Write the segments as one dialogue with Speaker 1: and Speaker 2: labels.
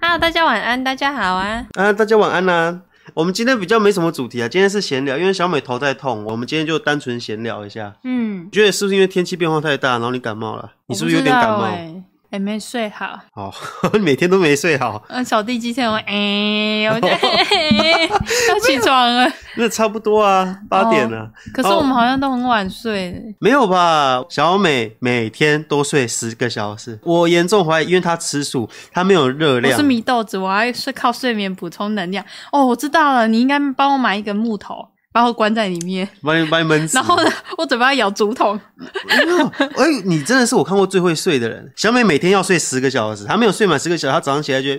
Speaker 1: 啊，大家晚安，大家好啊。
Speaker 2: 啊，大家晚安啦、我们今天比较没什么主题啊，今天是闲聊，因为小美头在痛，我们今天就单纯闲聊一下。
Speaker 1: 嗯
Speaker 2: 你，觉得是不是因为天气变化太大，然后你感冒了？你是不是有点感
Speaker 1: 我
Speaker 2: 冒？
Speaker 1: 不知道欸哎、没睡好。
Speaker 2: 好， 你每天都没睡好，
Speaker 1: 嗯，扫地机器人我， 哎、我就、 哎要起床了。
Speaker 2: 那差不多啊，八点了、
Speaker 1: 可是我们好像都很晚睡。
Speaker 2: 没有吧？小美每天都睡十个小时，我严重怀疑，因为她吃素，她没有热
Speaker 1: 我
Speaker 2: 量
Speaker 1: 是。迷豆子，我还是靠睡眠补充能量。哦，我知道了，你应该帮我买一个木头，把我关在里面，
Speaker 2: 把你把你闷死。
Speaker 1: 然后呢，我嘴巴要咬竹筒。
Speaker 2: 哎、你真的是我看过最会睡的人。小美每天要睡十个小时，她没有睡满十个小时，她早上起来就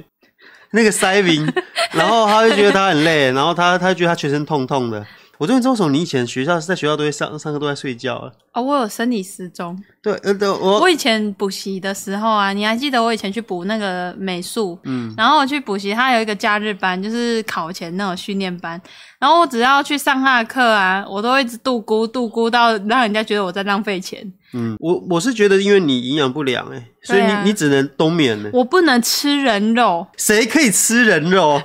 Speaker 2: 那个 塞宾，然后她就觉得她很累，然后她她就觉得她全身痛痛的。我终于知道为什么你以前学校在学校都会上上课都在睡觉了。
Speaker 1: 哦，我有生理时钟。
Speaker 2: 对，呃，对我
Speaker 1: 我以前补习的时候啊，你还记得我以前去补那个美术，
Speaker 2: 嗯，
Speaker 1: 然后我去补习，他有一个假日班，就是考前那种训练班。然后我只要去上他的课啊，我都会一直度估度估到让人家觉得我在浪费钱。
Speaker 2: 嗯，我我是觉得因为你营养不良哎、所以
Speaker 1: 对
Speaker 2: 你、
Speaker 1: 啊
Speaker 2: 你只能冬眠呢、
Speaker 1: 我不能吃人肉，
Speaker 2: 谁可以吃人 肉？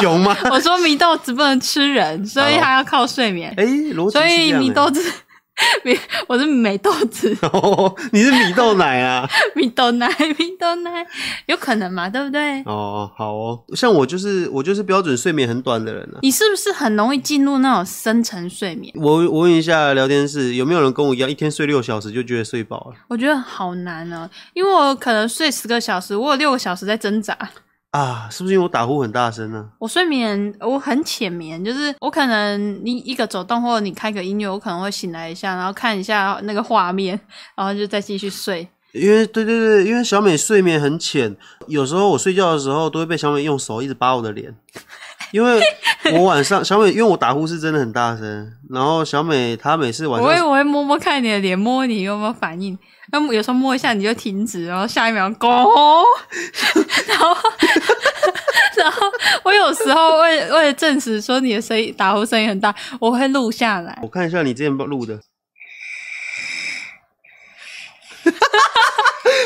Speaker 2: 熊吗？
Speaker 1: 我说米豆子不能吃 人，所以他要靠睡眠。
Speaker 2: 哎、逻辑
Speaker 1: 所
Speaker 2: 是这
Speaker 1: 以
Speaker 2: 样
Speaker 1: 米
Speaker 2: 的
Speaker 1: 豆子， 米我是美豆子，
Speaker 2: 哦， 你是米豆奶啊？
Speaker 1: 米豆奶，米豆奶，有可能嘛？对不对？
Speaker 2: 哦，好哦，像我就是我就是标准睡眠很短的人啊。
Speaker 1: 你是不是很容易进入那种深层睡眠？
Speaker 2: 我我问一下聊天室有没有人跟我一样一天睡六小时就觉得睡饱了
Speaker 1: 我觉得好难哦、因为我可能睡十个小时，我有六个小时在挣扎。
Speaker 2: 啊？是不是因为我打呼很大声啊呢、
Speaker 1: 我睡眠我很浅眠，就是我可能你一个走动或者你开个音乐，我可能会醒来一下，然后看一下那个画面， 然后就再继续睡。
Speaker 2: 因为对对对，因为小美睡眠很浅，有时候我睡觉的时候都会被小美用手一直扒我的脸，因为我晚上小美因为我打呼是真的很大声，然后小美她每次晚
Speaker 1: 我会
Speaker 2: 上
Speaker 1: 我会摸摸看你的脸，摸你有没有反应。那么有时候摸一下你就停止，然后下一秒“哦， 然后 然后我有时候为为了证实说你的声音打呼声音很大，我会录下来。
Speaker 2: 我看一下你之前录的，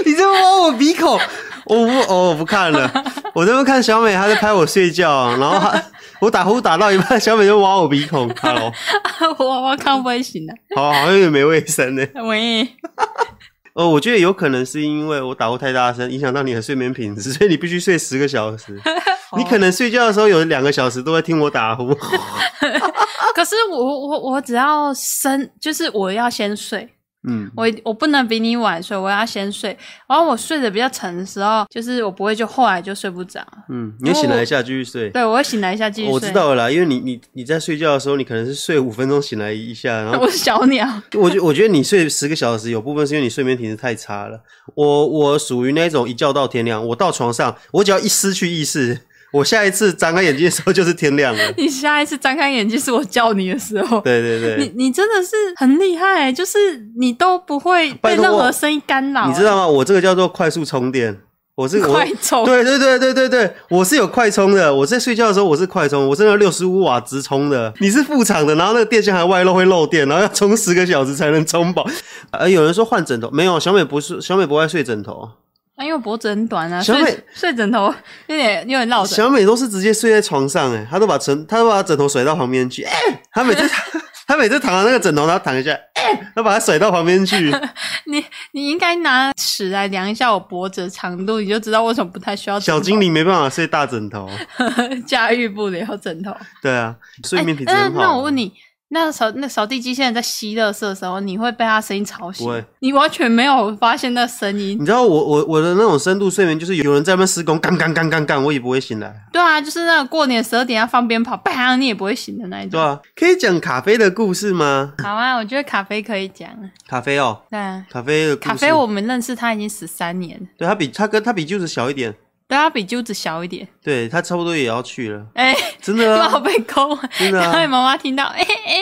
Speaker 2: 你在摸我鼻 孔，我不哦我不看了，我在那边看小美她在拍我睡觉，啊然后她我打呼打到一半，小美就挖我鼻孔，Hello，
Speaker 1: 我娃娃看不会醒的、
Speaker 2: 好好像有点没卫生呢。
Speaker 1: 喂，
Speaker 2: 哦，我觉得有可能是因为我打呼太大声，影响到你的睡眠品质，所以你必须睡十个小 时。你可能睡觉的时候有两个小时都在听我打呼，
Speaker 1: 可是我我我只要深，就是我要先睡，
Speaker 2: 嗯，
Speaker 1: 我我不能比你晚睡，我要先睡。然后我睡得比较沉的时候，就是我不会就后来就睡不着，
Speaker 2: 嗯，你醒来一下继续睡。
Speaker 1: 对我会醒来一下继续睡。
Speaker 2: 哦我知，道了啦，因为你你你在睡觉的时候，你可能是睡五分钟醒来一下，然后
Speaker 1: 我是小鸟，。
Speaker 2: 我觉我觉得你睡十个小时，有部分是因为你睡眠品质太差了。我我属于那种一觉到天亮，我到床上，我只要一失去意识，我下一次张开眼睛的时候就是天亮 了
Speaker 1: 你下一次张开眼睛是我叫你的时候。
Speaker 2: 对对
Speaker 1: 你
Speaker 2: 对，
Speaker 1: 你真的是很厉害、欸就是你都不会被
Speaker 2: 拜托
Speaker 1: 任
Speaker 2: 我
Speaker 1: 何声音干扰、欸
Speaker 2: 你知道吗？我这个叫做快速充电，我是我
Speaker 1: 快。走，
Speaker 2: 对对对对对对，我是有快充的。我在睡觉的时候我是快充，我是那六十五瓦直充的。你是副厂的，然后那个电线还外露会漏电，然后要充十个小时才能充饱。 呃，有人说换枕头，没有，小美不是小美不爱睡枕头，
Speaker 1: 啊因为我脖子很短啊，
Speaker 2: 小
Speaker 1: 睡
Speaker 2: 美
Speaker 1: 睡枕头有点有点落枕。
Speaker 2: 小美都是直接睡在床上、欸，她都把枕她都把枕头甩到旁边去，哎、她每次 她每次躺到那个枕头，然后躺一下，哎、她把它甩到旁边 去。
Speaker 1: 你你应该拿尺来量一下我脖子的长度，你就知道为什么不太需要枕
Speaker 2: 小
Speaker 1: 头
Speaker 2: 精灵没办法睡大枕头，
Speaker 1: 驾驭不了枕头。
Speaker 2: 对啊，睡眠品质
Speaker 1: 哎
Speaker 2: 很好、啊
Speaker 1: 那那我问你，那扫那扫地机器人在吸垃圾的时候，你会被它声音吵醒
Speaker 2: 不会？
Speaker 1: 你完全没有发现那声音。
Speaker 2: 你知道我我我的那种深度睡眠，就是有人在那边施工，干干干干干，我也不会醒来。
Speaker 1: 对啊，就是那个过年十二点要放鞭炮，砰，你也不会醒的那一
Speaker 2: 对
Speaker 1: 种。
Speaker 2: 啊，可以讲咖啡的故事吗？
Speaker 1: 好啊，我觉得咖啡可以讲。
Speaker 2: 咖啡哦，
Speaker 1: 对啊，
Speaker 2: 咖啡的故事。
Speaker 1: 咖啡我们认识他已经十三年了，
Speaker 2: 对他比他跟他比就是小一点，
Speaker 1: 对他比揪子小一点。
Speaker 2: 对他差不多也要去了，
Speaker 1: 哎、
Speaker 2: 真 的、
Speaker 1: 老
Speaker 2: 啊。
Speaker 1: 被勾，
Speaker 2: 真的啊
Speaker 1: 然后你妈妈听到，哎、哎、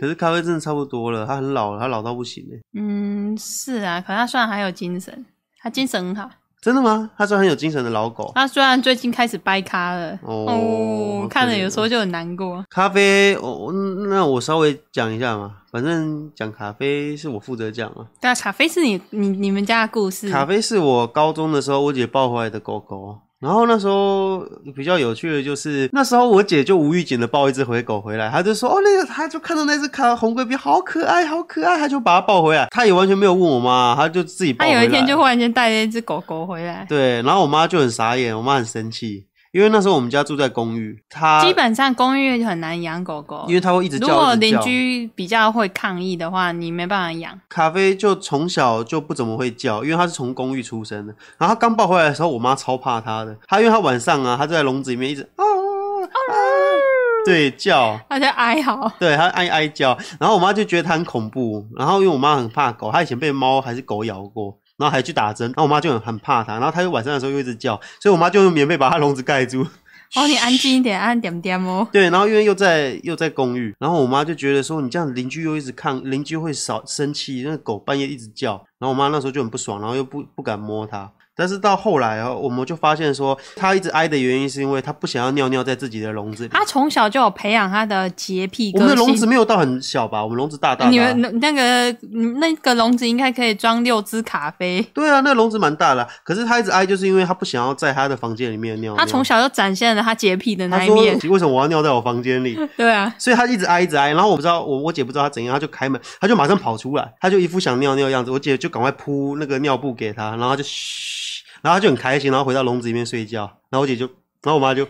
Speaker 2: 可是咖啡真的差不多了，他很老了，他老到不行了。
Speaker 1: 嗯，是啊，可他虽然还有精神，他精神很好。
Speaker 2: 真的吗？他是很有精神的老狗。
Speaker 1: 他虽然最近开始掰咖了，
Speaker 2: 哦好可
Speaker 1: 看了
Speaker 2: 怜
Speaker 1: 有
Speaker 2: 哦
Speaker 1: 时候就很难过。
Speaker 2: 咖啡，我、嗯那我稍微讲一下嘛，反正讲咖啡是我负责讲啊。
Speaker 1: 对啊，咖啡是你你你们家的故事，
Speaker 2: 咖啡是我高中的时候我姐抱回来的狗狗，然后那时候比较有趣的就是，那时候我姐就无预警的抱一只回狗回来，她就说哦，那个她就看到那只卡红贵宾好可爱，好可爱，她就把它抱回来，她也完全没有问我妈，她就自己抱
Speaker 1: 他
Speaker 2: 回来。
Speaker 1: 有一天就忽然间带了一只狗狗回来，
Speaker 2: 对，然后我妈就很傻眼，我妈很生气，因为那时候我们家住在公寓，她
Speaker 1: 基本上公寓很难养狗狗
Speaker 2: 啊因，为她会一直
Speaker 1: 如
Speaker 2: 叫，
Speaker 1: 果
Speaker 2: 一直
Speaker 1: 邻
Speaker 2: 叫
Speaker 1: 居比较会抗议的话，你没办法养。
Speaker 2: 咖啡就从小就不怎么会叫，因为他是从公寓出生的。然后他刚抱回来的时候，我妈超怕他的。他因为他晚上啊，他就在笼子里面一直啊啊，对叫，
Speaker 1: 他就哀嚎，
Speaker 2: 对他哀哀叫。然后我妈就觉得他很恐怖。然后因为我妈很怕狗，她以前被猫还是狗咬过，然后还去打针。然后我妈就很很怕他。然后他又晚上的时候又一直叫，所以我妈就用棉被把他笼子盖住。
Speaker 1: 哦，你安静一点，按点点哦。
Speaker 2: 对，然后因为又在又在公寓，然后我妈就觉得说你这样邻居又一直看，邻居会少生气，那个狗半夜一直叫，然后我妈那时候就很不爽，然后又不不敢摸它。但是到后来啊，我们就发现说，它一直挨的原因是因为它不想要尿尿在自己的笼子里。
Speaker 1: 他从小就有培养他的洁癖
Speaker 2: 我们
Speaker 1: 啊个
Speaker 2: 的笼子
Speaker 1: 性。
Speaker 2: 没有到很小吧？我们笼子大大的啊、
Speaker 1: 你们那那个那个笼子应该可以装六只咖啡。
Speaker 2: 对啊，那笼子蛮大的啊、可是它一直挨，就是因为它不想要在它的房间里面尿尿。
Speaker 1: 他从小就展现了他洁癖的
Speaker 2: 哦他
Speaker 1: 那一
Speaker 2: 说
Speaker 1: 面，
Speaker 2: 为什么我要尿在我房间里？
Speaker 1: 对啊，
Speaker 2: 所以他一直挨一直挨，然后我不知道我我姐不知道他怎样，他就开门，他就马上跑出来，他就一副想尿尿的样子，我姐就赶快铺那个尿布给他，然后他就嘘，然后他就很开心，然后回到笼子里面睡觉，然后我姐就，然后我妈就，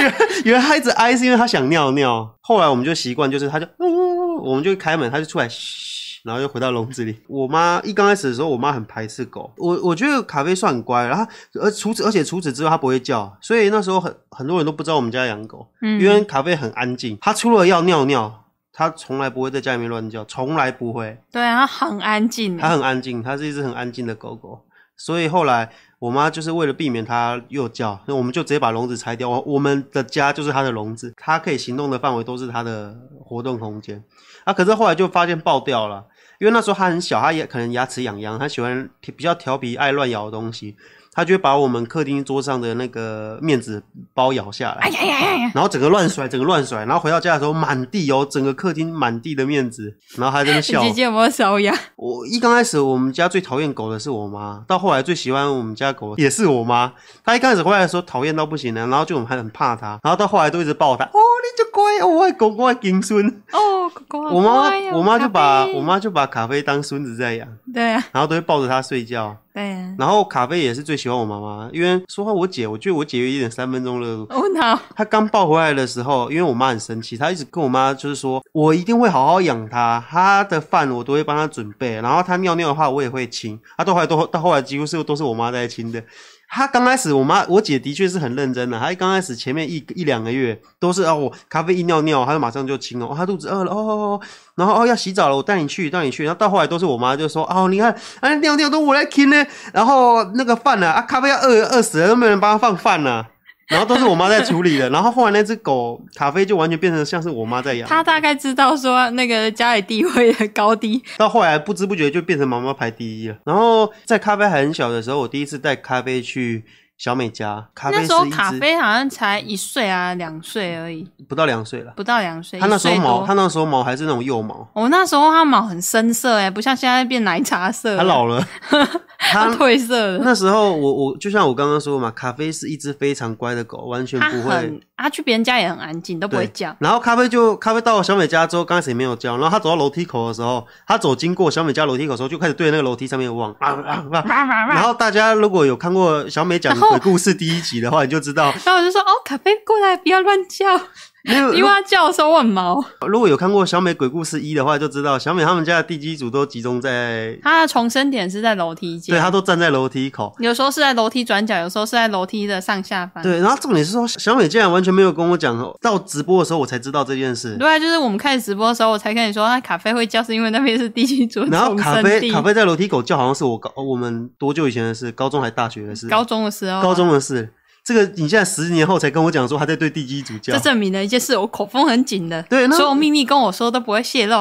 Speaker 2: 原原来他一直挨是因为他想尿尿，后来我们就习惯就是他就，呜呜呜我们就开门，他就出来嘘，然后又回到笼子里。我妈一刚开始的时候，我妈很排斥狗，我我觉得咖啡算很乖，然后她而除此而且除此之外它不会叫，所以那时候很很多人都不知道我们家养狗。
Speaker 1: 嗯，
Speaker 2: 因为咖啡很安静，它除了要尿尿，它从来不会在家里面乱叫，从来不会，
Speaker 1: 对啊，他很安静，
Speaker 2: 它很安静，它是一只很安静的狗狗。所以后来我妈就是为了避免它又叫，那我们就直接把笼子拆掉。我我们的家就是它的笼子，它可以行动的范围都是它的活动空间。啊，可是后来就发现爆掉了，因为那时候它很小，它也可能牙齿痒痒，它喜欢比较调皮，爱乱咬东西，它就会把我们客厅桌上的那个面纸包咬下来。
Speaker 1: 哎呀呀呀呀，
Speaker 2: 然后整个乱甩，整个乱甩，然后回到家的时候满地哦，整个客厅满地的面子，然后还在那边笑
Speaker 1: 你姐。姐有没有手痒？
Speaker 2: 我一刚开始我们家最讨厌狗的是我妈，到后来最喜欢我们家狗的也是我妈。她一开始回来的时候讨厌到不行了，然后就我们还很怕她，然后到后来都一直抱她。哦，你就乖，哦我爱狗，我爱金孙。
Speaker 1: 哦，狗狗好
Speaker 2: 我妈
Speaker 1: 乖哦
Speaker 2: 我妈就
Speaker 1: 咖
Speaker 2: 把
Speaker 1: 啡
Speaker 2: 我妈就把咖啡当孙子在养，
Speaker 1: 对啊
Speaker 2: 然后都会抱着它睡觉。
Speaker 1: 对啊，
Speaker 2: 然后咖啡也是最喜欢我妈妈，因为说话我姐，我觉得我姐有一点三分钟热度。
Speaker 1: 我脑
Speaker 2: 他刚抱回来的时候，因为我妈很生气，她一直跟我妈就是说，我一定会好好养它，它的饭我都会帮它准备，然后它尿尿的话我也会亲，啊，到后来都到后来几乎是都是我妈在亲的。她刚开始，我妈我姐的确是很认真的，她刚开始前面一一两个月都是啊，我咖啡一尿尿，她就马上就亲哦，哦她肚子饿了哦哦哦，然后哦要洗澡了，我带你去带你去，然后到后来都是我妈就说哦，你看啊尿尿都我来亲呢，然后那个饭呢啊咖啡要饿饿死了，都没有人帮她放饭呢、然后都是我妈在处 理的。然后后来那只狗咖啡就完全变成像是我妈在养，
Speaker 1: 他大概知道说那个家里地位的高低，
Speaker 2: 到后来不知不觉就变成妈妈排第一了。然后在咖啡还很小的时候，我第一次带咖啡去小美家，咖啡
Speaker 1: 那
Speaker 2: 是
Speaker 1: 时候
Speaker 2: 一
Speaker 1: 咖
Speaker 2: 只
Speaker 1: 啡好像才一岁啊，两岁而已，
Speaker 2: 不到两岁了，
Speaker 1: 不到两岁。
Speaker 2: 它那时候
Speaker 1: 一岁多
Speaker 2: 毛，它那时候毛还是那种幼毛，
Speaker 1: 我、那时候它毛很深色哎、不像现在变奶茶色，
Speaker 2: 它老了，
Speaker 1: 它
Speaker 2: 它。
Speaker 1: 褪色了。
Speaker 2: 那时候我我就像我刚刚说嘛，咖啡是一只非常乖的狗，完全
Speaker 1: 它
Speaker 2: 不会
Speaker 1: 很，它去别人家也很安静，都不会
Speaker 2: 对
Speaker 1: 叫。
Speaker 2: 然后咖啡就咖啡到小美家之后，刚开始也没有叫，然后他走到楼梯口的时候，他走经过小美家楼梯口的时候，就开始对那个楼梯上面望啊啊啊。
Speaker 1: 哇哇
Speaker 2: 然
Speaker 1: 哇！
Speaker 2: 后大家如果有看过小美讲
Speaker 1: 然后
Speaker 2: 鬼故事第一集的话，你就知道，
Speaker 1: 然后我就说：“哦，咖啡过来，不要乱叫，
Speaker 2: 因为
Speaker 1: 因为它叫的时候我很毛。
Speaker 2: 如果有看过小美鬼故事一的话，就知道小美他们家的地基组都集中在，
Speaker 1: 它的重生点是在楼梯
Speaker 2: 对，
Speaker 1: 间，
Speaker 2: 啊她都站在楼梯口。
Speaker 1: 有时候是在楼梯转角，有时候是在楼梯的上下方。
Speaker 2: 对，然后重点是说，小美竟然完全没有跟我讲，到直播的时候我才知道这件事。
Speaker 1: 对啊，就是我们开始直播的时候，我才跟你说，那啊咖啡会叫，是因为那边是地基组的
Speaker 2: 然后
Speaker 1: 重
Speaker 2: 咖
Speaker 1: 生
Speaker 2: 啡
Speaker 1: 地。
Speaker 2: 咖啡在楼梯口叫，好像是我高我们多久以前的事，高中还大学的事。
Speaker 1: 高中的时候啊，
Speaker 2: 高中的事。这个你现在十年后才跟我讲说他在对地基主教
Speaker 1: 这，证明了一件事，我口风很紧的，
Speaker 2: 对那
Speaker 1: 所有秘密跟我说都不会泄露。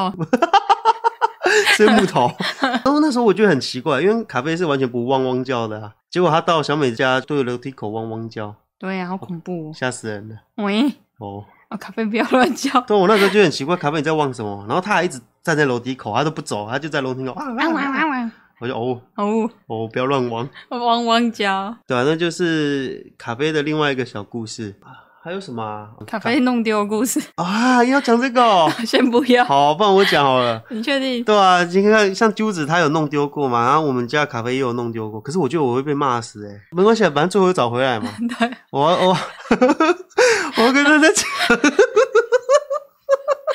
Speaker 2: 是木 头。然后那时候我觉得很奇怪，因为咖啡是完全不汪汪叫的、啊，结果他到小美家对楼梯口汪汪叫，
Speaker 1: 对啊呀、好恐怖、
Speaker 2: 吓死人了。
Speaker 1: 哦！喂，
Speaker 2: 哦，
Speaker 1: 哦，咖啡不要乱 叫。
Speaker 2: 对，我那时候就很奇怪，咖啡你在望什么？然后他还一直站在楼梯口，他都不走，他就在楼梯口啊
Speaker 1: 啊
Speaker 2: 啊
Speaker 1: 哇哇哇！
Speaker 2: 我就哦
Speaker 1: 哦，
Speaker 2: 哦，不要乱玩。
Speaker 1: 汪汪叫，
Speaker 2: 对啊，那就是咖啡的另外一个小故事。啊还有什么啊？
Speaker 1: 咖啡弄丢的故事，，
Speaker 2: 啊，要讲这个、哦
Speaker 1: 先不要。
Speaker 2: 好，不然我讲好了。
Speaker 1: 你确定？
Speaker 2: 对啊，你看像揪子他有弄丢过嘛，然后我们家咖啡也有弄丢过，可是我觉得我会被骂死哎、欸，没关系，啊，反正最后又找回来嘛。
Speaker 1: 对，
Speaker 2: 我我 我要跟大家讲，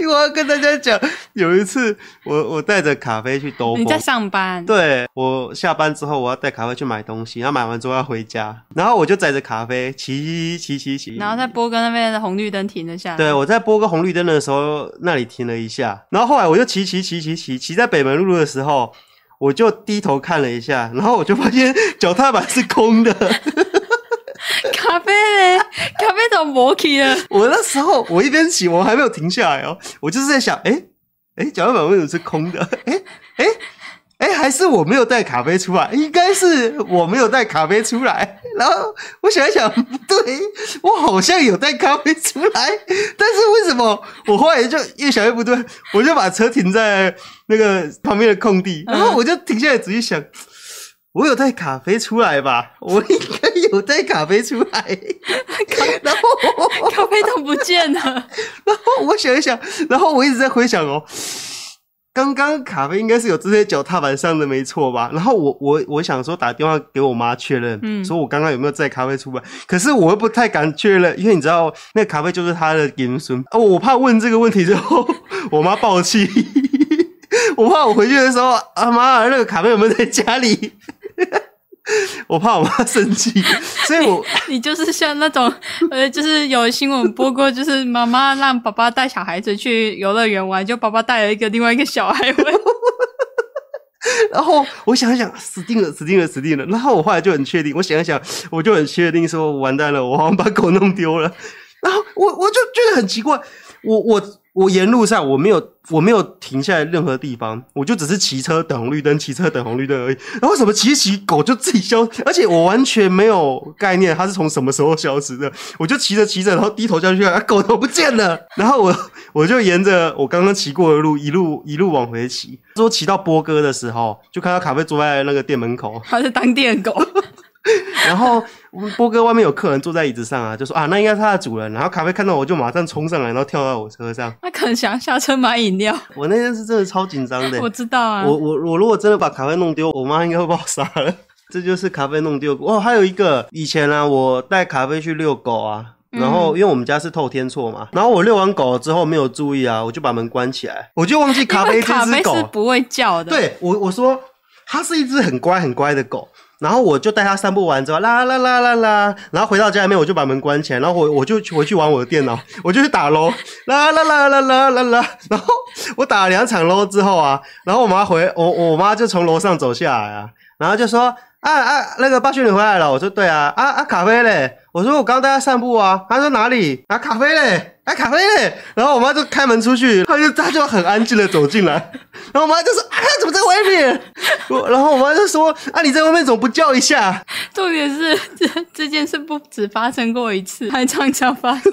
Speaker 2: 因为我要跟大家讲，有一次我我带着咖啡去兜
Speaker 1: 你
Speaker 2: 风
Speaker 1: 在，上班，
Speaker 2: 对我下班之后我要带咖啡去买东西，然后买完之后要回家，然后我就载着咖啡骑骑骑骑，
Speaker 1: 然后在波哥那边的红绿灯停了下来。
Speaker 2: 对，我在播个红绿灯的时候，那里停了一下，然后后来我就骑骑骑骑骑骑在北门路的时候，我就低头看了一下，然后我就发现脚踏板是空的。
Speaker 1: 咖啡嘞，咖啡怎么磨起了？
Speaker 2: 我那时候我一边骑，我还没有停下来哦，我就是在想，哎哎，脚踏板为什么是空的？ 哎哎哎，还是我没有带咖啡出来？应该是我没有带咖啡出来。 然后我想一想，不对，我好像有带咖啡出来， 但是为什么我后来就越想越不对，我就把车停在那个旁边的空地，然后我就停下来仔细想。我有带咖啡出来吧？我应该有带咖啡出来，然后
Speaker 1: 咖啡都不见了，
Speaker 2: 然后我想一想，然后我一直在回想哦，刚刚咖啡应该是有这些脚踏板上的没错吧？然后我我我想说打电话给我妈确认，
Speaker 1: 嗯
Speaker 2: 说我刚刚有没有载咖啡出门，可是我又不太敢确认，因为你知道那个咖啡就是他的银孙啊，我怕问这个问题之后 我妈爆气。我怕我回去的时候，啊妈，那个咖啡有没有在家里？ 我怕我妈生气，所以我
Speaker 1: 你就是像那种呃，就是有新闻播过，就是妈妈让爸爸带小孩子去游乐园玩，就爸爸带了一个另外一个小孩 回来。
Speaker 2: 然后我想一想，死定了，死定了，死定了。然后我后来就很确定，我想一想，我就很确定说，完蛋了，我好像把狗弄丢了。然后我我就觉得很奇怪，我我我沿路上我没有我没有停下来任何地方，我就只是骑车等红绿灯，骑车等红绿灯而已。然后什么骑一骑狗就自己消，而且我完全没有概念它是从什么时候消失的。我就骑着骑着，然后低头下去，啊，狗都不见了。然后我我就沿着我刚刚骑过的路一路一路往回骑，说骑到波哥的时候，就看到卡啡坐在那个店门口，
Speaker 1: 他是当店狗，
Speaker 2: 然后波哥外面有客人坐在椅子上啊，就说啊，那应该是他的主人。然后咖啡看到我就马上冲上来，然后跳到我车上。
Speaker 1: 他可能想下车买饮料。
Speaker 2: 我那天是真的超紧张的、
Speaker 1: 我知道啊，
Speaker 2: 我我我如果真的把咖啡弄丢，我妈应该会把我杀了。这就是咖啡弄丢哦。还有一个，以前啊，我带咖啡去遛狗啊，然
Speaker 1: 嗯
Speaker 2: 后因为我们家是透天厝嘛，然后我遛完狗之后没有注意啊，我就把门关起来，我就忘记咖
Speaker 1: 因
Speaker 2: 啡
Speaker 1: 为
Speaker 2: 这
Speaker 1: 咖
Speaker 2: 只
Speaker 1: 啡
Speaker 2: 狗
Speaker 1: 是不会叫的。，
Speaker 2: 对我我说，它是一只很乖很乖的狗。然后我就带它散步完之后，啦啦啦啦啦，然后回到家里面我就把门关起来，然后我我就去回去玩我的电脑，我就去打 LO，啦啦啦啦啦啦啦，然后我打了两场 LO 之后啊，然后我妈回我我妈就从楼上走下来啊，然后就说啊啊那个巴勋你回来了，我说对啊，啊啊咖啡嘞，我说我刚带它散步啊，她说哪里啊咖啡嘞。啊，咖啡嘞！然后我妈就开门出去，她就她就很安静的走进来，然后我妈就说：“啊，怎么在外面？”我然后我妈就说：“啊，你在外面怎么不叫一下
Speaker 1: 重点是这这件事不止发生过一次，还常常发生。？”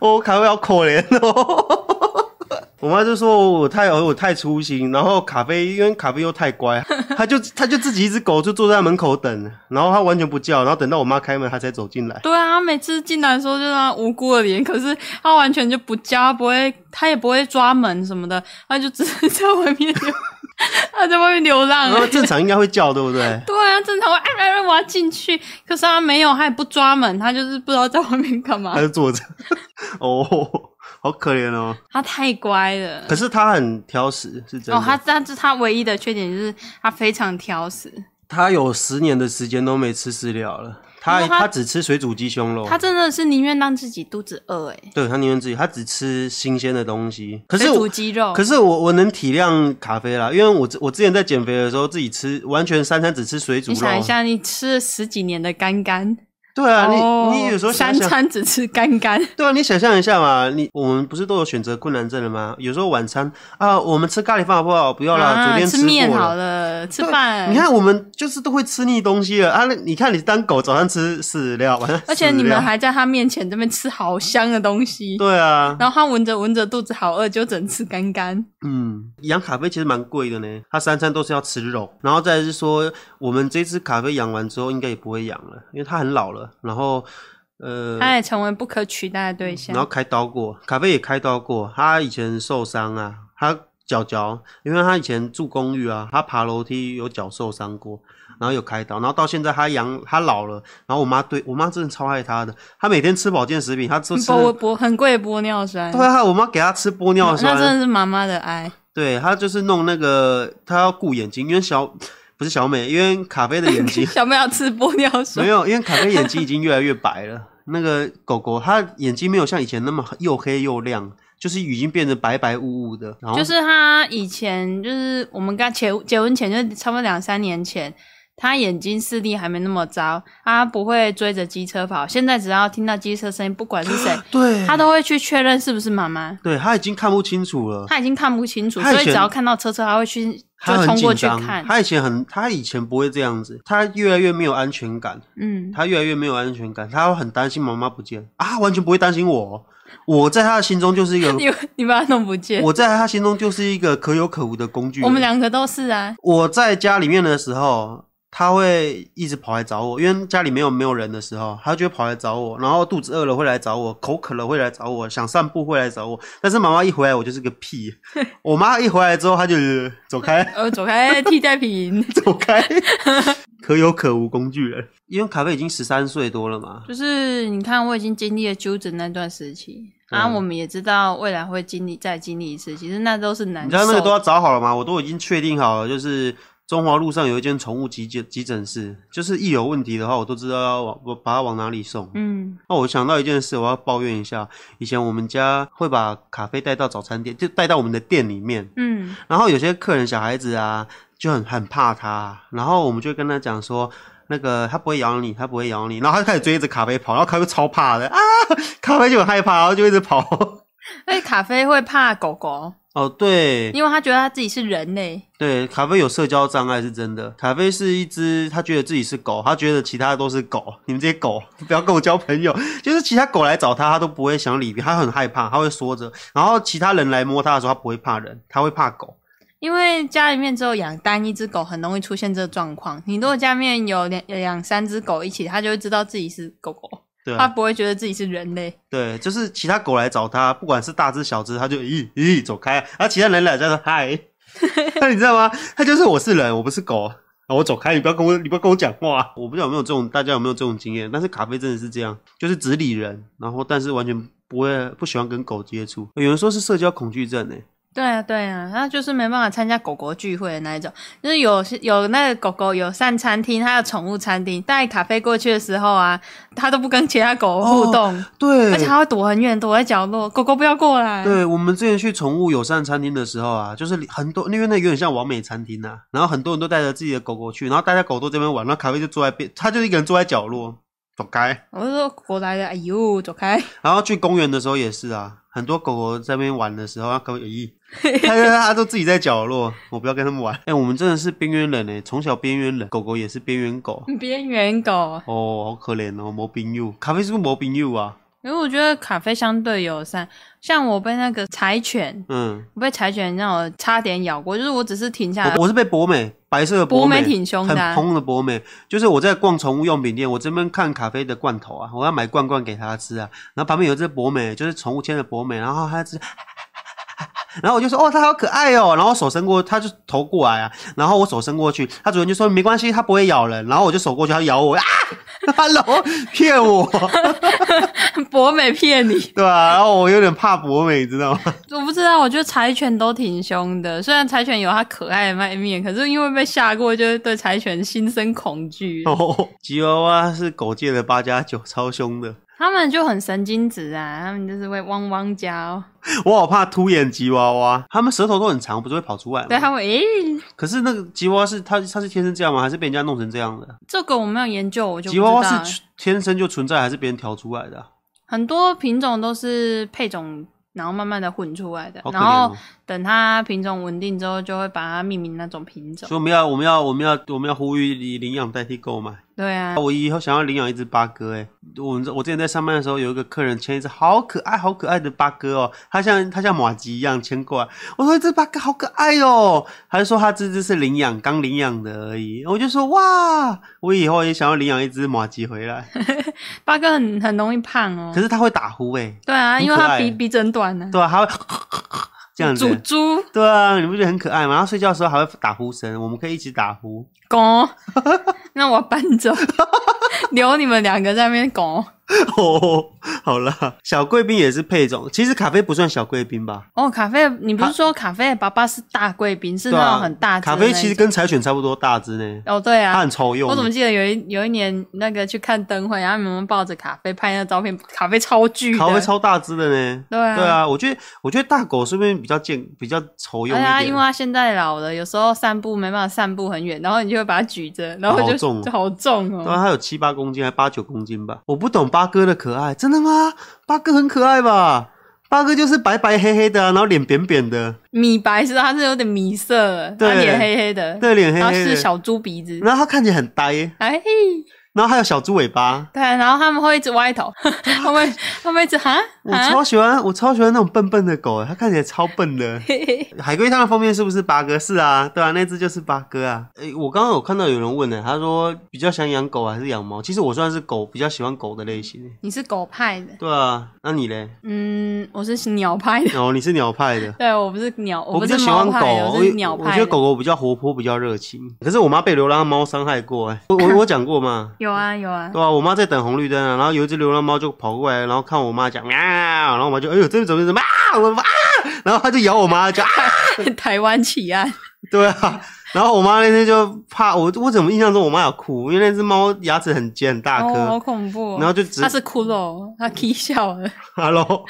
Speaker 2: 我咖啡好可怜哦。 我妈就说我太我太粗心，然后咖啡因为咖啡又太乖，她就她就自己一只狗就坐在门口等，然后她完全不叫，然后等到我妈开门，她才走进来。
Speaker 1: 对啊，他每次进来的时候就那无辜的脸，可是他完全就不叫，他不会，他也不会抓门什么的，他就只是在外面流， 他在外面流浪
Speaker 2: 然
Speaker 1: 而
Speaker 2: 后
Speaker 1: 已。
Speaker 2: 正常应该会叫，对不对？
Speaker 1: 对啊，正常我哎哎哎，我要进去，可是他没有，他也不抓门，他就是不知道在外面干嘛
Speaker 2: 她。就坐着，哦，好可怜哦。
Speaker 1: 他太乖了
Speaker 2: 可。是她很挑食，是真的。
Speaker 1: 哦，他他这他唯一的缺点就是他非常挑食，
Speaker 2: 他有十年的时间都没吃饲料了，他
Speaker 1: 因为
Speaker 2: 他
Speaker 1: 他
Speaker 2: 只吃水煮鸡胸肉
Speaker 1: 他，真的是宁愿让自己肚子饿哎，
Speaker 2: 对他宁愿自己，他只吃新鲜的东西。可
Speaker 1: 水
Speaker 2: 是
Speaker 1: 煮
Speaker 2: 我，
Speaker 1: 鸡肉，
Speaker 2: 可是我我能体谅咖啡啦，因为我之我之前在减肥的时候，自己吃完全三餐只吃水煮
Speaker 1: 你
Speaker 2: 肉
Speaker 1: 想，一下，你吃了十几年的干干，
Speaker 2: 对啊，
Speaker 1: 哦
Speaker 2: 你你有时候想
Speaker 1: 三
Speaker 2: 想，
Speaker 1: 餐只吃干干，
Speaker 2: 对啊，你想象一下嘛，你我们不是都有选择困难症了吗？有时候晚餐啊，我们吃咖喱饭好不好？不要啦，
Speaker 1: 啊
Speaker 2: 昨天
Speaker 1: 吃面
Speaker 2: 过
Speaker 1: 好
Speaker 2: 了。
Speaker 1: 了，吃
Speaker 2: 对
Speaker 1: 饭。
Speaker 2: 你看，我们就是都会吃腻东西了啊！那你看，你当狗早上吃饲料，晚上
Speaker 1: 而且你
Speaker 2: 饲料
Speaker 1: 们还在他面前这边吃好香的东西，
Speaker 2: 对啊，
Speaker 1: 然后他闻着闻着肚子好饿，就只能吃干干。
Speaker 2: 嗯，养咖啡其实蛮贵的呢，它三餐都是要吃肉，然后再来是说，我们这只咖啡养完之后应该也不会养了，因为它很老了，然后呃，
Speaker 1: 他也成为不可取代的对象
Speaker 2: 嗯然。后开刀过，咖啡也开刀过，他以前受伤啊，他脚脚，因为他以前住公寓啊，他爬楼梯有脚受伤过，然后有开刀，然后到现在他养他老了，然后我妈对我妈真的超爱他的，他每天吃保健食品，他都吃，
Speaker 1: 玻玻很贵的玻尿酸，
Speaker 2: 对啊，我妈给他吃玻尿
Speaker 1: 那
Speaker 2: 酸，
Speaker 1: 真的是妈妈的 爱。
Speaker 2: 对他就是弄那个，他要顾眼睛，因为小不是小美，因为咖啡的眼睛
Speaker 1: 小妹要吃玻尿
Speaker 2: 没
Speaker 1: 酸，
Speaker 2: 有，因为咖啡眼睛已经越来越白了。那个狗狗它眼睛没有像以前那么又黑又亮，就是已经变得白白雾雾的。然后
Speaker 1: 就是她以前就是我们刚结结婚前，就是差不多两三年前，她眼睛视力还没那么糟，她不会追着机车跑。现在只要听到机车声音，不管是 谁，
Speaker 2: 对，
Speaker 1: 她都会去确认是不是妈妈。
Speaker 2: 对它已经看不清楚了，
Speaker 1: 她已经看不清楚，
Speaker 2: 她以
Speaker 1: 所
Speaker 2: 前
Speaker 1: 以只要看到车车，她会去就
Speaker 2: 它很
Speaker 1: 冲
Speaker 2: 紧
Speaker 1: 过去
Speaker 2: 张。
Speaker 1: 看。
Speaker 2: 它以前很，它以前不会这样子，它越来越没有安全感，
Speaker 1: 嗯，，
Speaker 2: 它越来越没有安全感，它会很担心妈妈不见啊，完全不会担心我。我在它的心中就是一个
Speaker 1: 你你把它弄不见。
Speaker 2: 我在它心中就是一个可有可无的工具人。
Speaker 1: 我们两个都是啊，
Speaker 2: 我在家里面的时候，他会一直跑来找我，因为家里没有没有人的时候，他就会跑来找我，然后肚子饿了会来找我，口渴了会来找我，想散步会来找我。但是妈妈一回来，我就是个屁。我妈一回来之后，她就呃走开，
Speaker 1: 呃，走开，替代品。
Speaker 2: 走开，可有可无工具人。因为卡啡已经十三岁多了嘛，
Speaker 1: 就是你看，我已经经历了纠整那段时期，
Speaker 2: 嗯
Speaker 1: 啊，我们也知道未来会经历再经历一次，其实那都是难受。
Speaker 2: 你知道那个都要找好了吗？我都已经确定好了，就是中华路上有一间宠物急诊急诊室，就是一有问题的话，我都知道要往我把它往哪里送。
Speaker 1: 嗯，
Speaker 2: 哦，我想到一件事，我要抱怨一下。以前我们家会把咖啡带到早餐店，就带到我们的店里面。
Speaker 1: 嗯
Speaker 2: 然后有些客人小孩子啊，就很很怕他，然后我们就跟他讲说，那个他不会咬你，他不会咬你。然后他就开始追着咖啡跑，然后咖啡超怕的啊，咖啡就很害怕，然后就一直跑。
Speaker 1: 嗯，而且卡啡会怕狗狗，
Speaker 2: 哦，对
Speaker 1: 因为他觉得他自己是人类，
Speaker 2: 对，咖啡有社交障碍是真的。咖啡是一只，他觉得自己是狗，他觉得其他的都是狗。你们这些狗，不要跟我交朋友。就是其他狗来找他，他都不会想理，他很害怕，他会缩着。然后其他人来摸他的时候，他不会怕人，他会怕狗。
Speaker 1: 因为家里面只有养单一只狗，很容易出现这个状况。你如果家里面有两两三只狗一起，它就会知道自己是狗狗，
Speaker 2: 对啊、
Speaker 1: 它不会觉得自己是人类。
Speaker 2: 对，就是其他狗来找他，不管是大只小只，他就咦咦走开。然后其他人来他 说嗨，那你知道吗？他就是我是人，我不是狗。啊我走开！你不要跟我，你不要跟我讲话。啊我不知道有没有这种，大家有没有这种经验？但是咖啡真的是这样，就是只理人，然后但是完全不会不喜欢跟狗接触。有人说是社交恐惧症诶、欸
Speaker 1: 对啊，对啊，他就是没办法参加狗狗聚会的那一种，就是有些有那个狗狗有散餐厅，还有宠物餐厅，带咖啡过去的时候啊，它都不跟其他狗互动，
Speaker 2: 哦对，
Speaker 1: 而且它会躲很远，躲在角落，狗狗不要过来。
Speaker 2: 对我们之前去宠物友善餐厅的时候啊，就是很多，因为那有点像完美餐厅啊，然后很多人都带着自己的狗狗去，然后大家狗都这边玩，然后咖啡就坐在边，他就一个人坐在角落，走开。
Speaker 1: 我就说狗狗来了，哎呦，走开！
Speaker 2: 然后去公园的时候也是啊，很多狗狗在那边玩的时候，然后咖啡咦，他他都自己在角落，我不要跟他们玩。哎、我们真的是边缘人哎、从小边缘人，狗狗也是边缘狗。
Speaker 1: 边缘狗，
Speaker 2: 哦，好可怜哦，没朋友。咖啡是不是没朋友啊？
Speaker 1: 因为我觉得咖啡相对友善，像我被那个柴犬，
Speaker 2: 嗯，
Speaker 1: 我被柴犬让我差点咬过，就是我只是停下来
Speaker 2: 我，我是被博美白色的
Speaker 1: 呃博
Speaker 2: 美
Speaker 1: 美挺凶的啊
Speaker 2: 很蓬的博美。就是我在逛宠物用品店，我这边看咖啡的罐头啊，我要买罐罐给它吃啊。然后旁边有一只博美，就是宠物圈的博美，然后它吃。 然后我就说哦，它好可爱哦，然后手伸过，它就头过来啊，然后我手伸过去，它主人就说没关系，它不会咬人，然后我就手过去，它咬我啊 ，hello，骗我，
Speaker 1: 博美骗你。
Speaker 2: 对吧、啊？然后我有点怕博美，你知道吗？
Speaker 1: 我不知道，我觉得柴犬都挺凶的。虽然柴犬有它可爱的那一面，可是因为被吓过，就会对柴犬心生恐惧。
Speaker 2: 哦，吉娃娃是狗界的八加九，超凶的。
Speaker 1: 他们就很神经质啊，他们就是会汪汪叫，
Speaker 2: 我好怕凸眼吉娃娃，它们舌头都很长，不是会跑出来吗？
Speaker 1: 对，他们诶、
Speaker 2: 可是那个吉娃娃是它它是天生这样吗？还是被人家弄成这样的？
Speaker 1: 这个我没有研究，我就不
Speaker 2: 吉
Speaker 1: 知
Speaker 2: 娃
Speaker 1: 道
Speaker 2: 娃
Speaker 1: 了。
Speaker 2: 是天生就存在，还是别人调出来的啊、
Speaker 1: 很多品种都是配种，然后慢慢的混出来的，
Speaker 2: 好可
Speaker 1: 然
Speaker 2: 怜
Speaker 1: 后
Speaker 2: 哦！
Speaker 1: 等它品种稳定之后，就会把它命名那种品种
Speaker 2: 所以。我们要我们要我们要我们要呼吁以领养代替购买。
Speaker 1: 对啊，
Speaker 2: 我以后想要领养一只八哥、欸，我们我之前在上班的时候，有一个客人牵一只好可爱、好可爱的八哥哦，它像它像马吉一样牵过来，我说这八哥好可爱哦，他就说他这只是领养，刚领养的而已，我就说哇，我以后也想要领养一只马吉回来，
Speaker 1: 八哥很很容易胖哦
Speaker 2: 可。是它会打呼哎、欸，
Speaker 1: 对啊，
Speaker 2: 很
Speaker 1: 因为
Speaker 2: 可
Speaker 1: 它
Speaker 2: 爱
Speaker 1: 鼻鼻子很短呢、
Speaker 2: 对啊，它会这样
Speaker 1: 煮
Speaker 2: 子，
Speaker 1: 猪
Speaker 2: 对啊，你不觉得很可爱吗？它睡觉的时候还会打呼声，我们可以一起打呼，
Speaker 1: 拱，那我搬 走，留你们两个在那边拱。
Speaker 2: 哦，好啦，小贵宾也是配种，其实咖啡不算小贵宾吧。
Speaker 1: 哦，咖啡，你不是说咖啡的爸爸是大贵宾，是
Speaker 2: 对
Speaker 1: 那
Speaker 2: 啊
Speaker 1: 种很大只的
Speaker 2: 咖
Speaker 1: 那一种、
Speaker 2: 啡其实跟柴犬差不多大只呢，
Speaker 1: 哦，对
Speaker 2: 它
Speaker 1: 啊，
Speaker 2: 很超用。
Speaker 1: 我怎么记得有一有一年那个去看灯会，然后你们抱着咖啡拍那照片，咖啡超巨的，
Speaker 2: 咖啡超大只的呢？
Speaker 1: 对啊，
Speaker 2: 对啊，我觉得我觉得大狗是不是比较健比较丑用
Speaker 1: 而且它哎
Speaker 2: 一
Speaker 1: 因为
Speaker 2: 点？啊
Speaker 1: 它现在老了，有时候散步没办法散步很远，然后你就会把它举着，然后就
Speaker 2: 好重哦
Speaker 1: 就好重
Speaker 2: 对啊，
Speaker 1: 哦。
Speaker 2: 它有七八公斤还八九公斤吧？我不懂八哥的可爱，真的吗？八哥很可爱吧？八哥就是白白黑黑的、啊，然后脸扁扁的，
Speaker 1: 米白是它是有点米色，它
Speaker 2: 对
Speaker 1: 脸黑黑的，
Speaker 2: 对，脸黑
Speaker 1: 然后
Speaker 2: 黑
Speaker 1: 是
Speaker 2: 的。
Speaker 1: 小猪鼻子，
Speaker 2: 然后它看起来很呆，
Speaker 1: 哎，
Speaker 2: 然后还有小猪尾巴。
Speaker 1: 对，然后他们会一直歪 头，他们他们一直哈
Speaker 2: 我
Speaker 1: 哈，
Speaker 2: 超喜欢，我超喜欢那种笨笨的狗，它看起来超 笨的。海龟汤的封面是不是八哥？是啊，对啊，那只就是八哥啊。诶、我刚刚有看到有人问呢、他说比较想养狗还是养猫？其实我算是狗，比较喜欢狗的类型、
Speaker 1: 你是狗派的，
Speaker 2: 对啊，那你嘞？
Speaker 1: 嗯，我是鸟派的，。
Speaker 2: 哦，你是鸟派的
Speaker 1: 对我不是鸟，我不
Speaker 2: 比
Speaker 1: 是
Speaker 2: 较喜
Speaker 1: 猫
Speaker 2: 欢
Speaker 1: 派
Speaker 2: 狗，
Speaker 1: 的，
Speaker 2: 我
Speaker 1: 我是鸟
Speaker 2: 我
Speaker 1: 派
Speaker 2: 觉
Speaker 1: 的，
Speaker 2: 得。狗狗比较活泼，比较热情。可是我妈被流浪猫伤害过、欸，我我我讲过嘛
Speaker 1: 有啊有啊，
Speaker 2: 对啊，我妈在等红绿灯啊，然后有一只流浪猫就跑过来，然后看我妈讲喵，然后我妈就哎呦，这怎么怎么啊，我妈啊，然后它就咬我妈，就啊，
Speaker 1: 台湾起案，
Speaker 2: 对啊，然后我妈那天就怕我，我怎么印象中我妈有哭，因为那只猫牙齿很尖很大颗，
Speaker 1: 哦，好恐怖、哦。
Speaker 2: 然后就直
Speaker 1: 它是骷髅，它 k 笑了。
Speaker 2: hello，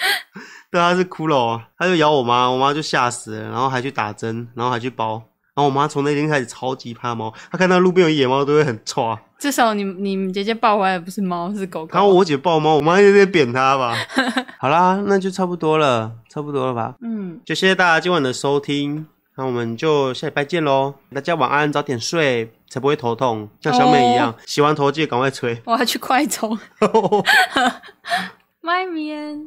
Speaker 2: 对 啊，它是骷髅啊，它就咬我妈，我妈就吓死了，然后还去打针，然后还去包，然后我妈从那天开始超级怕猫，她看到路边有野猫都会很抓，
Speaker 1: 至少你你们姐姐抱回来的不是猫是狗狗。
Speaker 2: 然后我姐抱猫，我妈就在扁它吧。好啦，那就差不多了，差不多了吧，
Speaker 1: 嗯，
Speaker 2: 就谢谢大家今晚的收听。那我们就下礼拜见喽！大家晚安，早点睡，才不会头痛，像小美一样。 洗完头记得赶快吹。
Speaker 1: 我要去快充，麦棉。